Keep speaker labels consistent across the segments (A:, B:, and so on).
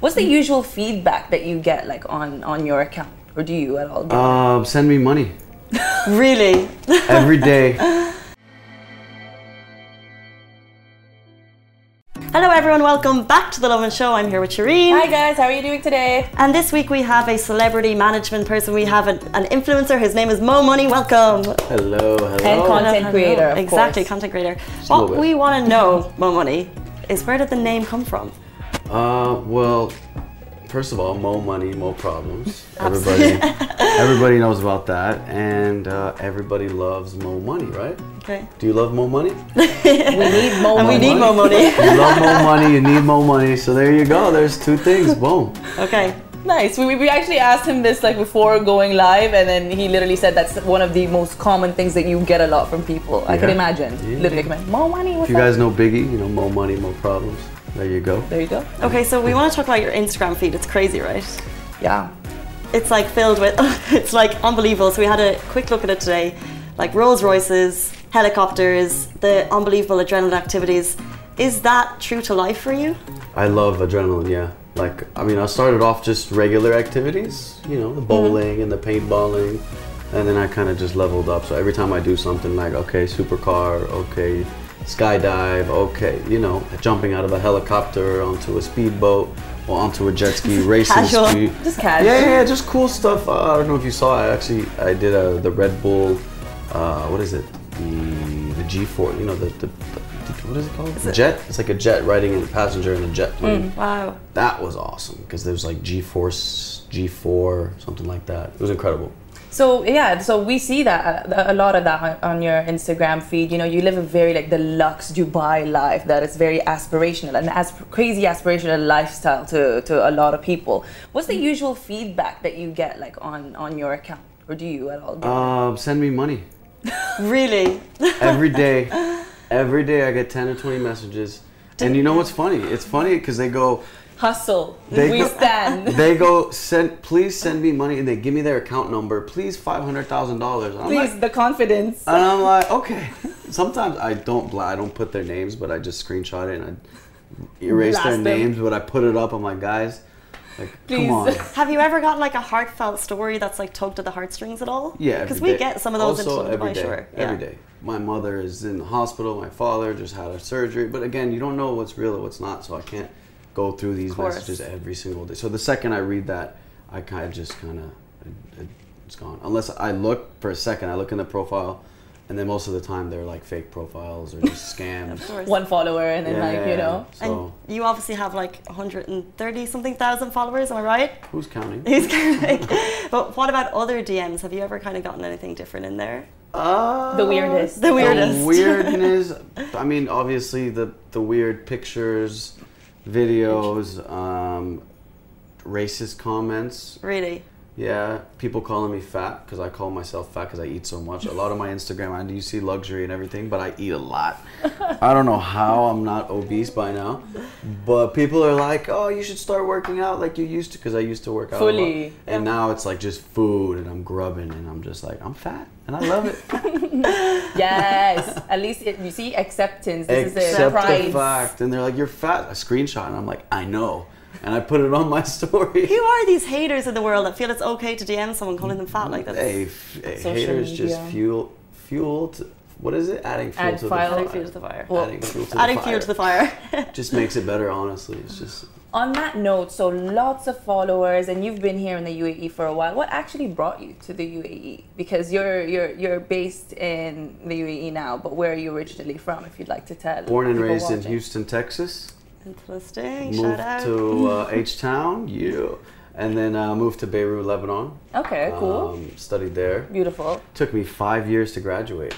A: What's the usual feedback that you get like on on your account, or do you at all? Get
B: Um, send me money
A: really?
B: every day.
C: Hello, everyone. Welcome back to the Love and Show. I'm here with Shireen.
A: Hi guys, how are you doing today?
C: And this week we have a celebrity management person. We have an, an influencer. His name is Mo Money. Welcome.
B: Hello,
A: And
B: hello.
A: content creator, of
C: exactly,
A: course.
C: content creator.
B: little
C: What
B: bit.
C: we want to know, Mo Money, is where did the name come from?
B: Uh, well, first of all, more money, more problems. Everybody, everybody knows about that, and uh, everybody loves more money, right?
C: Okay.
B: Do you love more money?
A: We need more.
C: We need Mo Money.
B: You love more money, you need more money. So there you go. There's two things. Boom.
C: okay.
A: Nice. We, we actually asked him this like before going live, and then he literally said that's one of the most common things that you get a lot from people. I could
B: Yeah.
A: imagine.
B: Yeah.
A: Literally, like, more money. What's
B: If you
A: up?"
B: guys know Biggie, you know more money, more problems. There you go.
A: There you go.
C: Okay, so we want to talk about your Instagram feed. It's crazy, right?
A: Yeah.
C: It's like filled with, it's like unbelievable. So we had a quick look at it today like Rolls Royces, helicopters, the unbelievable adrenaline activities. Is that true to life for you?
B: I love adrenaline. Yeah. Like I mean, I started off just regular activities. You know, the
A: Mm-hmm.
B: bowling and the paintballing, and then I kind of just leveled up. So every time I do something like okay, supercar, okay, skydive, okay, you know, jumping out of a helicopter onto a speedboat or onto a jet ski, racing
C: Casual.
B: speed.
A: Just casual.
B: Yeah, yeah, yeah, just cool stuff. Uh, I don't know if you saw. I actually I did uh the Red Bull. Uh, what is it? The the G four. You know the, the, the what is it called? jet. It's like a Mm. jet riding in a passenger in a jet plane.
C: Wow.
B: That was awesome because there was like G force, G four, something like that. It was incredible.
A: So yeah, so we see that uh, a- a lot of that on, on your Instagram feed. You know, you live a very like the luxe Dubai life that is very aspirational and as crazy aspirational lifestyle to to a lot of people. What's the usual feedback that you get like on on your account, or do you at all? Get?
B: Um, send me money
C: Really?
B: every day. every day I get ten or twenty messages. And you know what's funny? It's funny because they go,
A: Hustle,
B: They
A: we
B: go-
A: stand.
B: they go send, please send me money, and they give me their account number, please five hundred thousand dollars.
A: Please, the confidence.
B: And I'm like, okay. Sometimes I don't bla- I don't put their names, but I just screenshot it and I erase
A: Blast
B: their
A: them.
B: names. But I put it up. I'm like, guys, like,
A: Please.
B: come on.
C: Have you ever gotten like a heartfelt story that's like tugged at the heartstrings at all?
B: Yeah, every
C: Because we
B: day.
C: get some of those
B: also
C: in Dubai,
B: every day.
C: sure.
B: Every day. My mother is in the hospital. My father just had a surgery. But again, you don't know what's real and what's not, so I can't go through these
C: course.
B: messages every single day. So the second I read that, I kind of just kind of it's gone. Unless I look for a second, I look in the profile, and then most of the time they're like fake profiles or just scams.
C: Of course.
A: One follower, and then like you know.
C: and
B: So
C: you obviously have like 130 something thousand followers, am I right?
B: who's counting?
C: Who's counting? but what about other DMs? Have you ever kind of gotten anything different in there?
B: Uh,
A: The weirdest.
C: The weirdest.
B: The weirdness. I mean, obviously the the weird pictures, videos, um, racist comments.
C: Really?
B: Yeah, people calling me fat because I call myself fat because I eat so much. A lot of my Instagram, I do see luxury and everything, but I eat a lot. I don't know how I'm not obese by now, but people are like, "Oh, you should start working out like you used to," because I used to work out a lot.
A: Fully.
B: and now it's like just food, and I'm grubbing, and I'm just like, I'm fat, and I love it.
A: Yes, at least it, you see acceptance. This is it.
B: Except the
A: Pride.
B: fact, and they're like, "You're fat." A screenshot, and I'm like, "I know," and I put it on my story.
C: Who are these haters in the world that feel it's okay to DM someone calling them fat like that?
B: Hey, f- hey,
A: Social
B: haters
A: media.
B: just fuel, fuel to what is it? Adding fuel
A: Add
B: to
A: fire.
B: the
C: Adding
B: fire.
C: fuel to the fire.
B: adding fuel to
C: Adding
B: the fire.
C: fuel to the fire.
B: just makes it better, honestly. It's just
A: On that note, so lots of followers, and you've been here in the UAE for a while. What actually brought you to the UAE? Because you're you're you're based in the UAE now, but where are you originally from? If you'd like to tell.
B: born and
A: people
B: raised in
A: watching.
B: Houston, Texas.
C: Interesting. Shout
B: Moved
C: out.
B: to uh, H Town, you, and then uh, moved to Beirut, Lebanon.
A: Okay, cool,
B: Um, studied there.
A: beautiful.
B: Took me five years to graduate.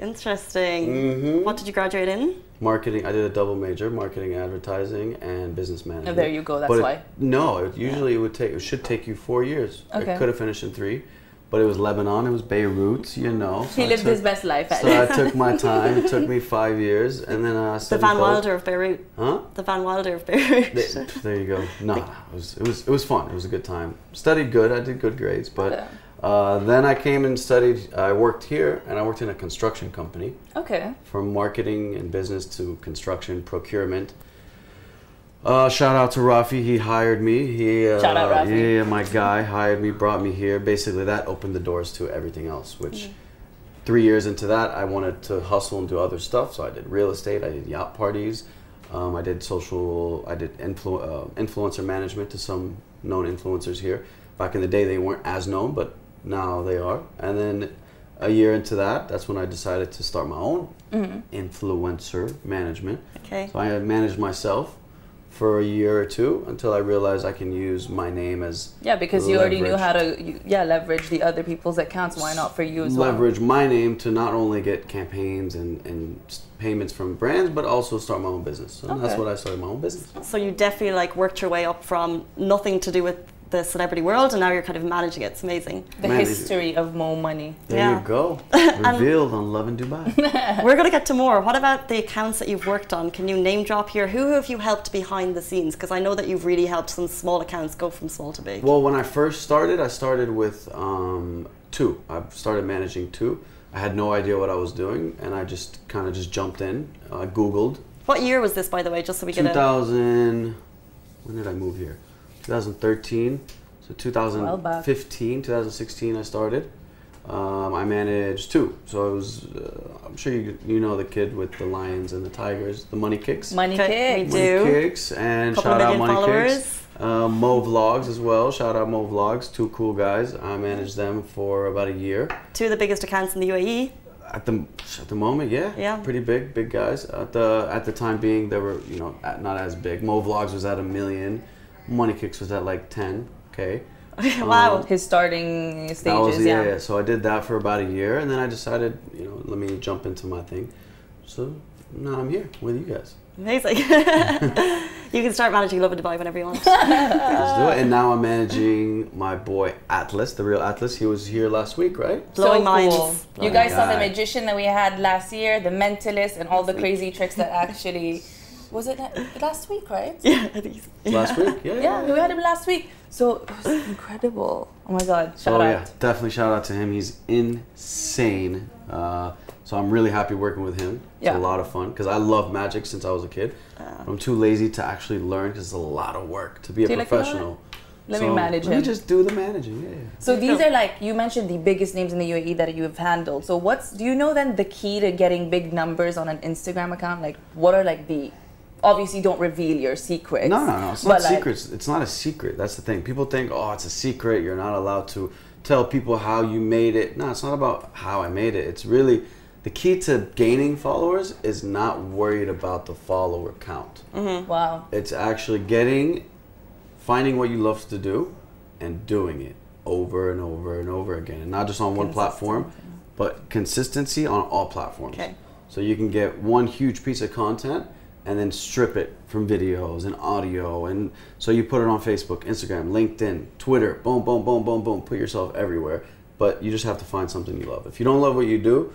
C: Interesting.
B: Mm.
C: What did you graduate in?
B: marketing i did a double major marketing advertising and business management
A: there you go, that's
B: But it-
A: why.
B: no it usually it would take it should take you four years
A: Okay.
B: i could have finished in three but it was lebanon it was beirut you know so
A: He
B: I
A: lived
B: took-
A: his best life. At
B: so i took my time it took me five years and then i
C: The
B: studied
C: Van
B: both-
C: Wilder of Beirut.
B: huh
C: The Van Wilder of Beirut.
B: Th- there you go no it was it was it was fun it was a good time studied good i did good grades but uh, then i came and studied i worked here and i worked in a construction company
A: Okay,
B: from marketing and business to construction procurement Uh, shout out to Rafi. He hired me. He uh,
A: Shout out Rafi.
B: Yeah, my guy hired me, brought me here. Basically, that opened the doors to everything else. Which,
A: Mm-hmm.
B: three years into that, I wanted to hustle and do other stuff. So I did real estate. I did yacht parties. Um, I did social. I did influ- uh, influencer management to some known influencers here. Back in the day, they weren't as known, but now they are. And then a year into that, that's when I decided to start my own influencer management.
C: Okay.
B: So I managed myself for a year or two until I realized I can use my name as
A: Yeah, because you already knew
B: leverage-
A: how to you- yeah leverage the other people's accounts. Why not for you as
B: leverage my name to not only get campaigns and, and s- payments from brands, but also start my own business. So that's
A: Okay.
B: what I started my own business.
C: So you definitely like worked your way up from nothing to do with the celebrity world, and now you're kind of managing it. It's amazing.
A: well? The
B: Manage-
A: history of Mo Money.
B: There
C: Yeah.
B: you go. Revealed on Love in Dubai.
C: We're going to get to more. What about the accounts that you've worked on? Can you name drop here? Who have you helped behind the scenes? Because I know that you've really helped some small accounts go from small to big.
B: well, when I first started, I started with um, two. I started managing two. I had no idea what I was doing, and I just kind of just jumped in. I Googled
C: What year was this, by the way? Just so we get a
B: 2000 when did i move here 2013 so
A: Well back.
B: 2015 2016 i started um, i managed two so it was uh, i'm sure you you know the kid with the lions and the tigers the money kicks
A: Money
C: Okay, we
A: kick.
C: do.
B: Money Kicks and
C: Couple
B: shout out
C: million
B: Money
C: followers.
B: Kicks. Uh, Mo Vlogs as well. Shout out Mo Vlogs. Two cool guys. I managed them for about a year.
C: two of the biggest accounts in the E? UAE.
B: At the at the moment, yeah,
C: Yeah.
B: pretty big, big guys. At the at the time being, they were you know at, not as big. Mo Vlogs was at a million, Money Kicks was at like ten. Okay,
C: wow.
A: His starting stages.
B: that was
A: yeah.
B: yeah. So I did that for about a year, and then I decided you know let me jump into my thing. So now I'm here with you guys.
C: Amazing. you can start managing Love and Dubai whenever you want. That's
B: Let's do it. And now I'm managing my boy Atlas, the real Atlas. He was here last week, right?
C: Blowing minds.
A: You
B: Blowing
A: guys saw the
B: guy.
A: magician that we had last year, the mentalist, and all the crazy tricks that actually was it la- last week, right?
C: Yeah, I think so.
B: Last week, yeah.
A: Yeah, we had him last week. So it was incredible. Oh my god! Shout
B: So
A: out.
B: yeah, definitely shout out to him. He's insane. Uh, so I'm really happy working with him. It's
A: Yeah. Uh.
B: a lot of fun because I love magic since I was a kid. I'm too lazy to actually learn because it's a lot of work to be
A: Do
B: a
A: you like to learn?
B: professional.
A: Let me
B: So
A: manage
B: Let me
A: him.
B: just do the managing. Yeah, yeah.
A: So these are like you mentioned the biggest names in the UAE that you have handled. So what's do you know then the key to getting big numbers on an Instagram account? Like what are like the obviously don't reveal your secrets.
B: No, no, no. It's
A: but,
B: not
A: like,
B: secrets. It's not a secret. That's the thing. People think, oh, it's a secret. You're not allowed to tell people how you made it. No, it's not about how I made it. It's really the key to gaining followers is not worried about the follower count.
A: Wow.
B: It's actually getting, finding what you love to do, and doing it over and over and over again, and not just on one platform, but consistency on all platforms.
C: Okay.
B: So you can get one huge piece of content and then strip it from videos and audio, and so you put it on Facebook, Instagram, LinkedIn, Twitter, boom, boom, boom, boom, boom. Put yourself everywhere, but you just have to find something you love. If you don't love what you do,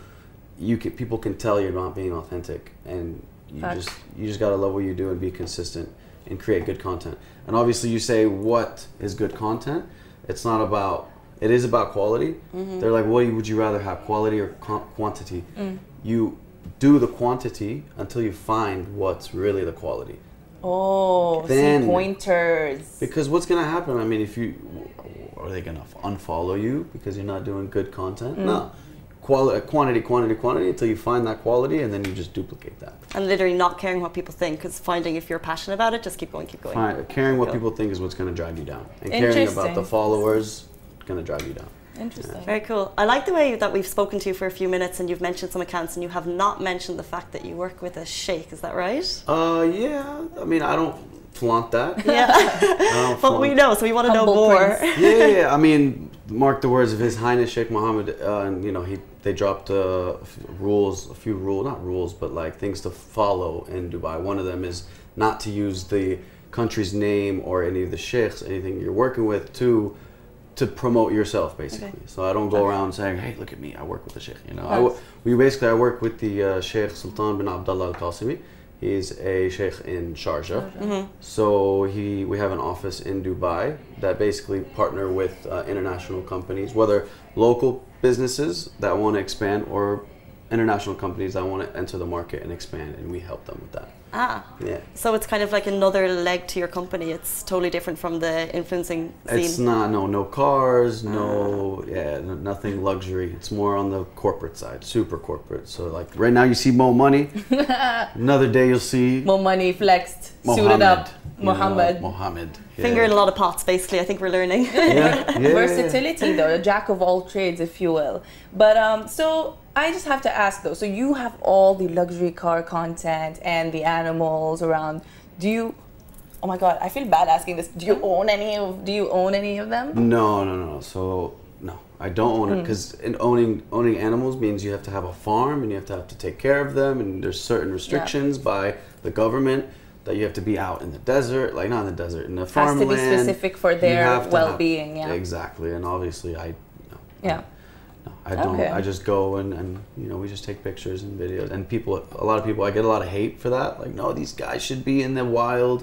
B: you can, people can tell you're not being authentic, and you
A: Facts.
B: just you just gotta love what you do and be consistent and create good content. And obviously, you say what is good content. It's not about. It is about quality. They're like, what would you rather have, quality or con- quantity? You do the quantity until you find what's really the quality.
A: Oh, see
B: Then-
A: pointers.
B: Because what's gonna happen? I mean, if you are they gonna unfollow you because you're not doing good content? No, Quali- quantity, quantity, quantity until you find that quality, and then you just duplicate that.
C: And literally not caring what people think, because finding if you're passionate about it, just keep going, keep going.
B: Fine. Caring what
C: Go.
B: people think is what's going to drag you down, and caring about the
A: Interesting.
B: followers going to drag you down.
A: Interesting.
C: Very cool. I like the way that we've spoken to you for a few minutes and you've mentioned some accounts and you have not mentioned the fact that you work with a sheikh. Is that right?
B: Uh, yeah. I mean, I don't flaunt that.
C: Yeah.
B: I don't
C: but we
B: flaunt-
C: know, so we want to know
A: Humble
C: more.
A: prince.
B: yeah, yeah, yeah. I mean, mark the words of His Highness Sheikh Mohammed, uh, and you know, he they dropped uh, f- rules, a few rule, not rules, but like things to follow in Dubai. One of them is not to use the country's name or any of the sheikhs, anything you're working with, to to promote yourself basically.
C: Okay.
B: So I don't go around saying, "Hey, look at me, I work with the sheikh." You know, I w- we basically I work with the uh, Sheikh Sultan bin Abdullah Al Qasimi. He's a sheikh in Sharjah. So he, we have an office in Dubai that basically partner with uh, international companies, whether local businesses that want to expand or international companies that want to enter the market and expand, and we help them with that.
C: Ah.
B: Yeah.
C: So it's kind of like another leg to your company. It's totally different from the influencing scene.
B: It's not no no cars
A: Ah.
B: no yeah no, nothing luxury. It's more on the corporate side, super corporate. So like right now you see Mo Money. Another day you'll see
A: More money, flexed,
B: Mohammed.
A: suited up,
B: you know,
A: Mohammed.
B: Mohammed. Yeah.
C: Finger in a lot of pots, basically. I think we're learning.
B: Yeah, yeah, yeah.
A: versatility though a jack of all trades if you will but um so i just have to ask though so you have all the luxury car content and the animals around do you oh my god i feel bad asking this do you own any of do you own any of them
B: No, no, no. no. So no, I don't own it
A: Hmm.
B: because owning owning animals means you have to have a farm and you have to have to take care of them, and there's certain restrictions by the government that you have to be out in the desert, like not in the desert, in the
A: to be
B: farmland.
A: specific for
B: You
A: their
B: have to have-
A: well-being, yeah.
B: exactly. And obviously, I no,
A: yeah
B: no, I don't.
A: Okay.
B: I just go and, and you know we just take pictures and videos. And people, a lot of people, I get a lot of hate for that. Like, no, these guys should be in the wild,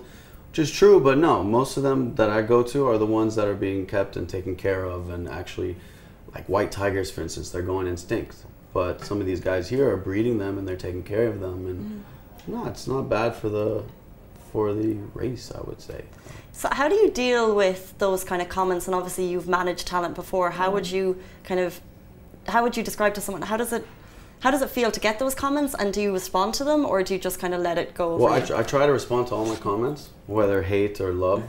B: which is true. But no, most of them that I go to are the ones that are being kept and taken care of, and actually, like white tigers, for instance, they're going instinct. But some of these guys here are breeding them and they're taking care of them, and
A: Mm-hmm.
B: no, it's not bad for the for the race, I would say.
C: So how do you deal with those kind of comments? And obviously, you've managed talent before. How would
B: Mm.
C: you kind of, how would you describe to someone? How does it, how does it feel to get those comments? And do you respond to them, or do you just kind of let it go?
B: Well,
C: for
B: I,
C: you?
B: tr- I try to respond to all my comments, whether hate or love.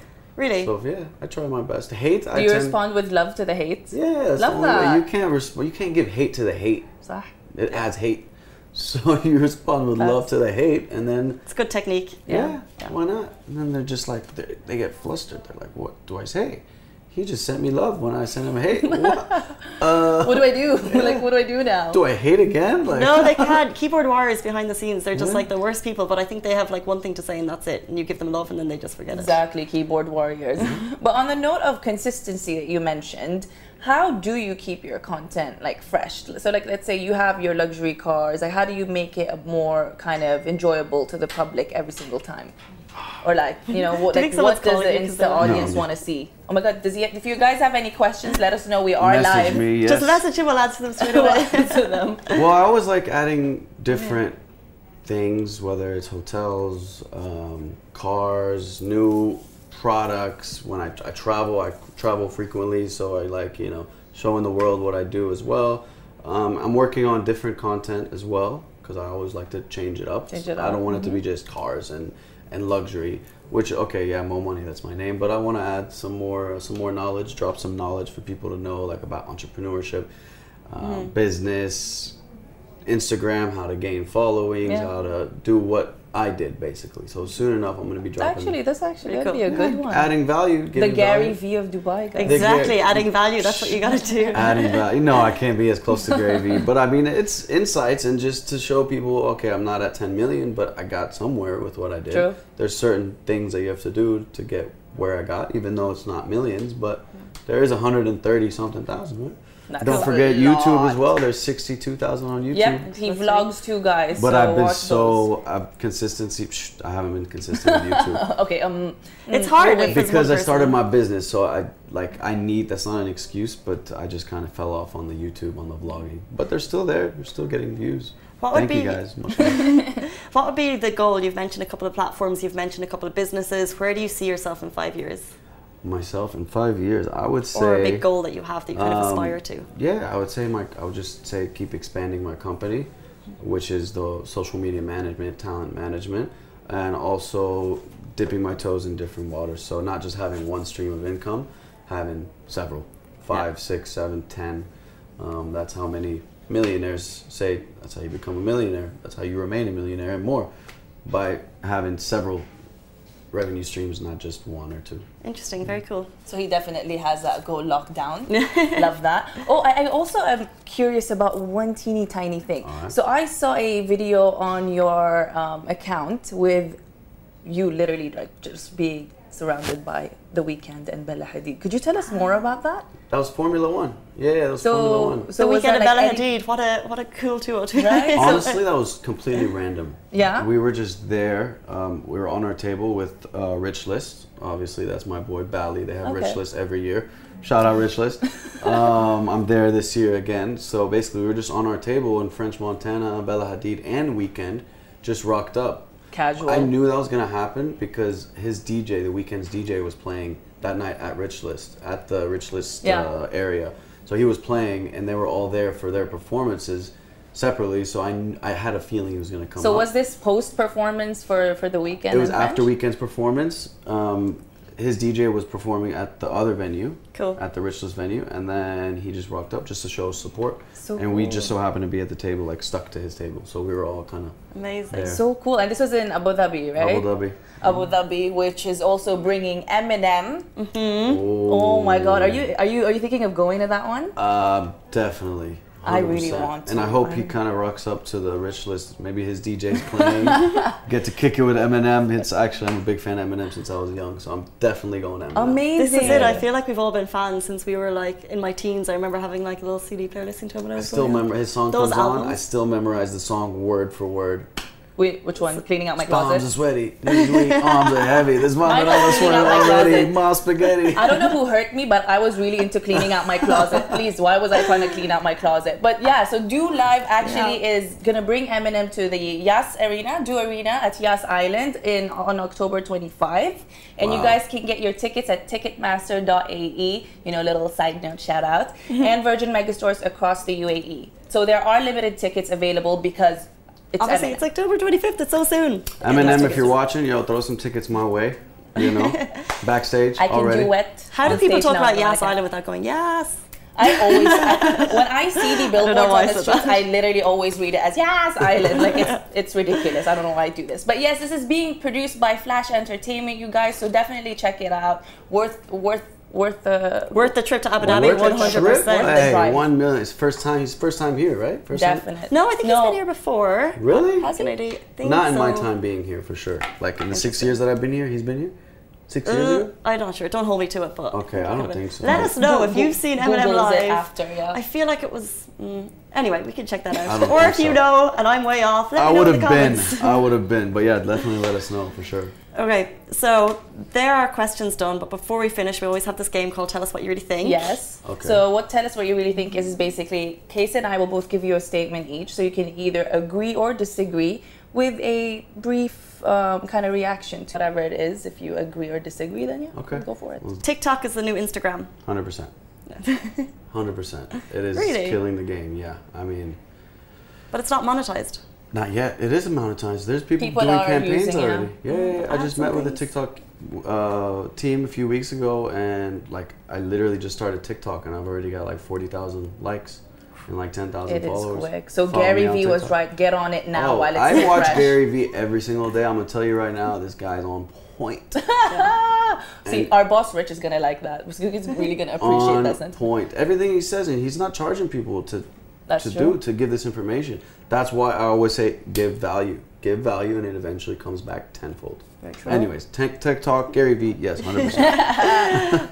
C: really.
B: So yeah, I try my best. Hate, I
A: do you
B: tend-
A: respond with love to the hate
B: Yeah, that's
A: Love
B: the only
A: that.
B: Way. You can't resp- you can't give hate to the hate.
A: Sorry.
B: It adds hate. So you respond with love to the hate, and then
C: it's a good technique.
A: Yeah.
B: yeah, why not? And then they're just like they they get flustered. They're like, "What do I say?" He just sent me love when I sent him hate. what?
A: what do i do like what do i do now
B: Do I hate again? Like,
C: No, they can't. Keyboard warriors behind the scenes, they're just
B: Yeah.
C: like the worst people, but I think they have like one thing to say and that's it. And you give them love and then they just forget it.
A: Exactly, keyboard warriors.
B: Mm-hmm.
A: but on the note of consistency that you mentioned, how do you keep your content like fresh? So, like, let's say you have your luxury cars. Like, how do you make it a more kind of enjoyable to the public every single time? Or like, you know, what,
C: Do
A: like,
C: you think
A: what does
C: someone's
A: the
C: calling you 'cause
A: Insta
C: they're-
A: audience
B: No.
A: want to see? Oh my God! Does he, if you guys have any questions, let us know. We are
B: message
A: live.
B: me. Yes.
C: Just message him, we'll answer them straight
A: We'll
C: away.
A: answer them.
B: well, I always like adding different things, whether it's hotels, um, cars, new products. When I, I travel, I travel frequently, so I like you know showing the world what I do as well. Um, I'm working on different content as well because I always like to change it up.
A: Change it
B: I
A: up.
B: don't want it to be
A: Mm-hmm.
B: just cars and and luxury. Which okay, yeah, Mo Money, that's my name, but I want to add some more some more knowledge, drop some knowledge for people to know, like about entrepreneurship, uh,
A: Mm-hmm.
B: business, Instagram, how to gain followings,
A: Yeah.
B: how to do what I did basically. So soon enough, I'm going to be dropping
A: Actually, that's actually
C: Pretty
A: that'd be a
C: cool.
A: good one.
B: adding value.
A: the
B: giving
A: Gary
B: value.
A: V of Dubai, guys.
B: They get-
C: Exactly, adding value, that's what you gotta do.
B: adding value. No, I can't be as close to Gary Vee, but I mean, it's insights and just to show people, okay, I'm not at 10 million, but I got somewhere with what I did.
A: True.
B: There's certain things that you have to do to get where I got, even though it's not millions, but there is 130 something thousand. Right?
A: That's
B: Don't
A: a
B: forget YouTube as
A: lot.
B: well. There's 62,000 on YouTube.
A: Yep, he
C: That's
A: vlogs too, guys.
B: But
A: so
B: I've been
A: watch those.
B: so uh, consistency. Psh, I haven't been consistent with YouTube.
A: Okay, um,
C: It's hard if it's
B: because
C: one
B: I started
C: person.
B: my business, so I like I need that's not an excuse, but I just kind of fell off on the YouTube on the vlogging. But they're still there. They're still getting views.
C: What would
B: Thank you
C: be-
B: guys. Much love.
C: What would be the goal? You've mentioned a couple of platforms, you've mentioned a couple of businesses. Where do you see yourself in five years?
B: Myself in five years, I would say.
C: Or a big goal that you have that you kind of
B: um,
C: aspire to?
B: Yeah, I would say my I would just say keep expanding my company, which is the social media management, talent management, and also dipping my toes in different waters. So not just having one stream of income, having several, five, six, seven, ten. Um, that's how many millionaires say. That's how you become a millionaire. That's how you remain a millionaire and more, by having several revenue streams, not just one or two.
C: Interesting, very cool.
A: So he definitely has that goal locked down. Love that. Oh, I, I also am curious about one teeny tiny thing.
B: Alright.
A: So I saw a video on your um, account with you literally like just being surrounded by The Weekend and Bella Hadid. Could you tell us more about that?
B: That was Formula One. Yeah, yeah that was Formula One.
A: So,
C: So we
A: was
C: get a
A: that,
C: Bella
A: like, any-
C: Hadid. What a what a cool tour. to-
A: Right?
B: Honestly, that was completely random.
A: Yeah?
B: We were just there. Um, we were on our table with uh, Rich List. Obviously, that's my boy Bally. They have
A: Okay.
B: Rich List every year. Shout out Rich List. um, I'm there this year again. So basically, we were just on our table in French Montana. Bella Hadid and Weekend just rocked up.
A: casual.
B: I knew that was gonna happen because his DJ, the weekend's DJ, was playing that night at Rich List at the Rich List
A: Yeah.
B: uh, area. So he was playing, and they were all there for their performances separately. So I, kn- I had a feeling he was gonna come.
A: so
B: up.
A: was this post performance for for the weekend?
B: It was
A: and
B: after
A: French?
B: weekend's performance. Um, his DJ was performing at the other venue,
C: Cool.
B: at the Richless venue, and then he just walked up just to show support.
A: So
B: and we
A: cool.
B: just so happened to be at the table, like stuck to his table, so we were all kind of
C: Amazing.
B: Yeah.
A: So cool, and this was in Abu Dhabi, right?
B: Abu Dhabi.
A: Abu Dhabi, which is also bringing Eminem.
B: Oh.
A: Oh my God, are you are you are you thinking of going to that one?
B: Um, definitely.
A: I really
B: 100%.
A: want
B: and I
A: to.
B: hope he
A: I-
B: kind of rocks up to the rich list. Maybe his DJ's playing. Get to kick it with Eminem. It's actually I'm a big fan of Eminem since I was young, so I'm definitely going to Eminem.
A: Amazing.
C: This is it. I feel like we've all been fans since we were like in my teens. I remember having like a little CD player listening to him when I
B: I
C: was
B: still
C: growing up.
B: remember his song
C: Those
B: comes on. I
C: albums.
B: still memorize the song word for word.
A: Wait, which one? Cleaning out my
B: Arms are
A: closet.
B: sweaty, knees weak, arms are heavy. This mama
A: Mine
B: all
A: was
B: sweating
A: cleaning out my
B: already.
A: closet.
B: My spaghetti.
A: I don't know who hurt me, but I was really into cleaning out my closet. Please, why was I trying to clean out my closet? But yeah, so Do Live actually is gonna bring Eminem to the Yas Arena, Do Arena at Yas Island in on October 25, and you
B: Wow.
A: guys can get your tickets at Ticketmaster.ae. E. You know, little side note shout out,
C: Mm-hmm.
A: and Virgin Megastores across the UAE. So there are limited tickets available because it's
C: Obviously,
A: Eminem.
C: it's October 25th. It's so soon.
B: Eminem, if you're
A: tickets.
B: watching, yo, throw some tickets my way. You know, backstage
A: I can
B: already.
A: do wet.
C: How do
A: on
C: people
A: stage
C: talk
A: now,
C: about
A: though, I
C: Yas
A: can.
C: Island without going yes?
A: I always I, when I see the billboards
C: know why
A: on the
C: I said
A: streets,
C: that.
A: I literally always read it as Yes Island. Like it's it's ridiculous. I don't know why I do this, but yes, this is being produced by Flash Entertainment, you guys. So definitely check it out. Worth worth worth the
C: Worth the trip to Abu
B: Well,
C: Dhabi,
B: worth the
C: 100%.
B: trip? Hey,
A: drive.
B: one million. It's first time. He's first time here, right? First time?
A: definite.
C: No, I think he's
A: No.
C: been here before.
B: Really?
A: Has
C: Can
A: he?
C: I do- think
B: Not in my
C: so.
B: time being here, for sure. Like in the six years that I've been here, he's been here. Six years.
C: Uh,
B: ago?
C: I'm not sure. Don't hold me to it, but
B: Okay, I don't think so.
C: Let us know
A: Go-
C: if you've
A: go-
C: seen Eminem
A: Googles
C: live.
A: it after, yeah.
C: I feel like it was. Mm, anyway, we can check that
B: I
C: out.
B: don't
C: Or
B: think
C: if you
B: so.
C: know and I'm way off, let
B: I
C: me know
B: would
C: in the
B: have been.
C: comments.
B: I would have been. But yeah, definitely let us know for sure.
C: Okay, so there are questions done, but before we finish, we always have this game called "Tell Us What You Really Think."
A: Yes.
B: Okay.
A: So what tell us what you really think is is basically Case and I will both give you a statement each, so you can either agree or disagree with a brief um, kind of reaction to whatever it is. If you agree or disagree, then yeah,
B: Okay.
A: go for it.
C: TikTok is the new Instagram.
B: Hundred percent. Hundred percent. It is
C: Really?
B: killing the game. Yeah. I mean,
C: But it's not monetized.
B: not yet. It is monetized. There's people,
A: People
B: doing
A: are
B: campaigns
A: using Oh, it.
B: already. Yeah. yeah, yeah. I
C: I
B: just
C: have
B: met with a
C: some
B: TikTok uh, team a few weeks ago, and like I literally just started TikTok, and I've already got like forty thousand likes and like ten thousand
A: It is
B: followers.
A: quick. So
B: Follow me
A: Gary
B: on
A: Vee was
B: TikTok.
A: right. Get on it now
B: Oh,
A: while it's
B: I
A: still
B: watch
A: fresh.
B: Gary Vee every single day. I'm gonna tell you right now, this guy's on point.
A: Ah! See,
B: And-
A: our boss Rich is gonna like that. He's really gonna appreciate
B: on
A: that sentence.
B: point. Everything he says, and he's not charging people to
A: That's
B: to
A: true.
B: do to give this information. That's why I always say give value, give value, and it eventually comes back tenfold.
C: Very true.
B: Anyways, tech, tech talk, Gary Vee, yes, hundred percent.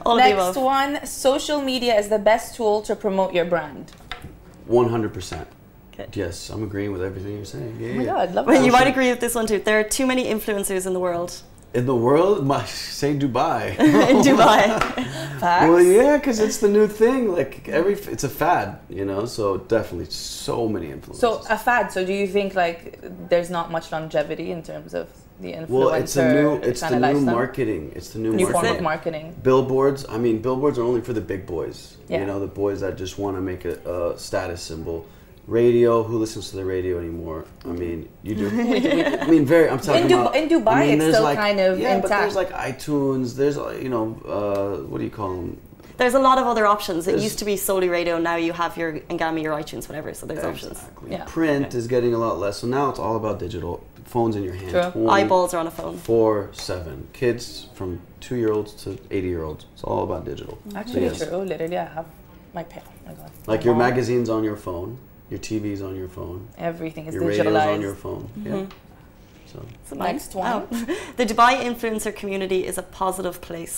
C: All of the
A: Next
C: above.
A: one: social media is the best tool to promote your brand. Oh
B: One hundred percent.
C: Okay.
B: Yes, I'm agreeing with everything you're saying. Yeah.
A: Oh my god, love
C: Well, you
A: that.
C: might agree with this one too. There are too many influencers in the world.
B: In the world, my say Dubai.
C: in Dubai.
A: Facts.
B: well, yeah, because it's the new thing. Like every, it's a fad, you know. So definitely, so many influences.
A: So uh, a fad. So do you think like there's not much longevity in terms of the influencer
B: well, it's a new, it's the
A: kind
B: new
A: of lifestyle?
B: marketing. It's the new,
A: new
B: marketing.
A: form of marketing.
B: billboards i mean billboards are only for the big boys
A: Yeah.
B: you know the boys that just want to make a, a status symbol radio who listens to the radio anymore i mean you do i mean very i'm talking
A: In Dub-
B: about
A: in Dubai,
B: I mean,
A: it's
B: there's
A: still
B: like-
A: kind of
B: yeah but there's
A: intact.
B: like itunes there's uh, you know uh, what do you call them
C: There's a lot of other options. It
B: There's-
C: used to be solely radio. Now you have your Ngami, your iTunes, whatever. So there's options.
B: exactly
A: Yeah.
B: print is getting a lot less so now it's all about digital phones in your hand
A: True.
B: 20,
C: Eyeballs are on a phone.
B: four seven kids from two year olds to 80 year olds it's all about digital So
A: Actually,
B: yes.
A: true. Literally, I have my pa- Oh my god. my
B: like your
A: mom,
B: magazine's on your phone your tv's on your phone
A: Everything is Mm-hmm.
B: your radio's
A: digitalized.
B: on your phone. Yeah. So
C: Is it mine?
A: Next one.
C: Oh. the Dubai influencer community is a positive place.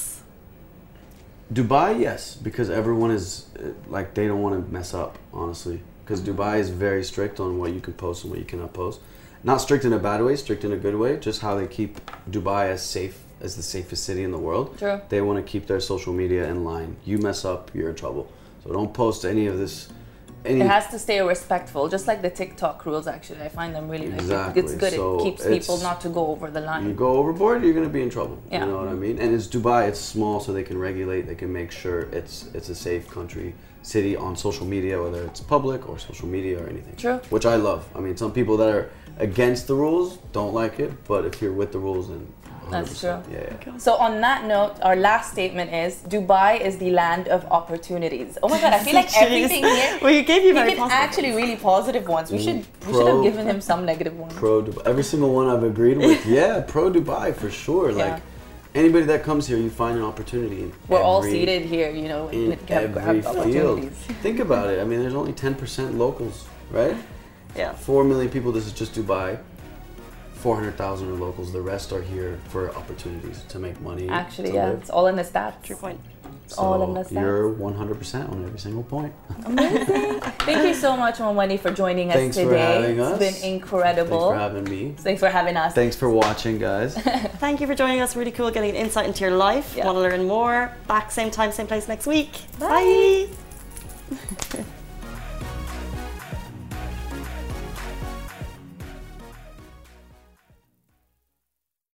B: Dubai, yes, because everyone is uh, like they don't want to mess up, honestly. Because
A: Mm-hmm.
B: Dubai is very strict on what you can post and what you cannot post. Not strict in a bad way, strict in a good way. Just how they keep Dubai as safe as the safest city in the world.
A: True.
B: They want to keep their social media in line. You mess up, you're in trouble. So don't post any of this any
A: It has to stay respectful, just like the TikTok rules. Actually, I find them really like,
B: Exactly.
A: it's good.
B: So
A: it keeps
B: it's-
A: people not to go over the
B: you
A: line.
B: go overboard, you're gonna be in trouble.
A: Yeah.
B: You know what I mean? And it's Dubai. It's small, so they can regulate. They can make sure it's it's a safe country, city on social media, whether it's public or social media or anything.
A: True.
B: Which I love. I mean, some people that are against the rules don't like it, but if you're with the rules, then 100%,
A: That's true.
B: Yeah. yeah.
A: So on that note, our last statement is Dubai is the land of opportunities. Oh my god, I feel like everything here.
C: well, you gave you very
A: We've been
C: positive.
A: actually really positive ones. We should we should
B: Pro-
A: have given him some negative ones.
B: Pro Dubai. Every single one I've agreed with. Yeah, pro Dubai for sure.
A: Yeah.
B: Like anybody that comes here, you find an opportunity. in
A: We're all
B: every-
A: seated here, you know,
B: in
A: with grab,
B: every field.
A: opportunities.
B: Think about it. I mean, there's only 10% locals, right?
C: yeah.
B: Four million people. This is just Dubai. Four hundred thousand are locals. The rest are here for opportunities to make money.
A: Actually,
B: to
A: yeah,
B: live.
A: it's all in the stats.
C: True point.
B: So
A: all in the stats.
B: You're one hundred percent on every single point.
A: Thank you so much, Momani, for joining us
B: Thanks for
A: today.
B: having
A: It's
B: us.
A: been incredible.
B: Thanks for having me.
A: Thanks for having us.
B: Thanks for watching, guys.
C: Thank you for joining us. Really cool getting an insight into your life.
A: Yeah.
C: Want to learn more? Back same time, same place next week.
A: Bye.
C: Bye.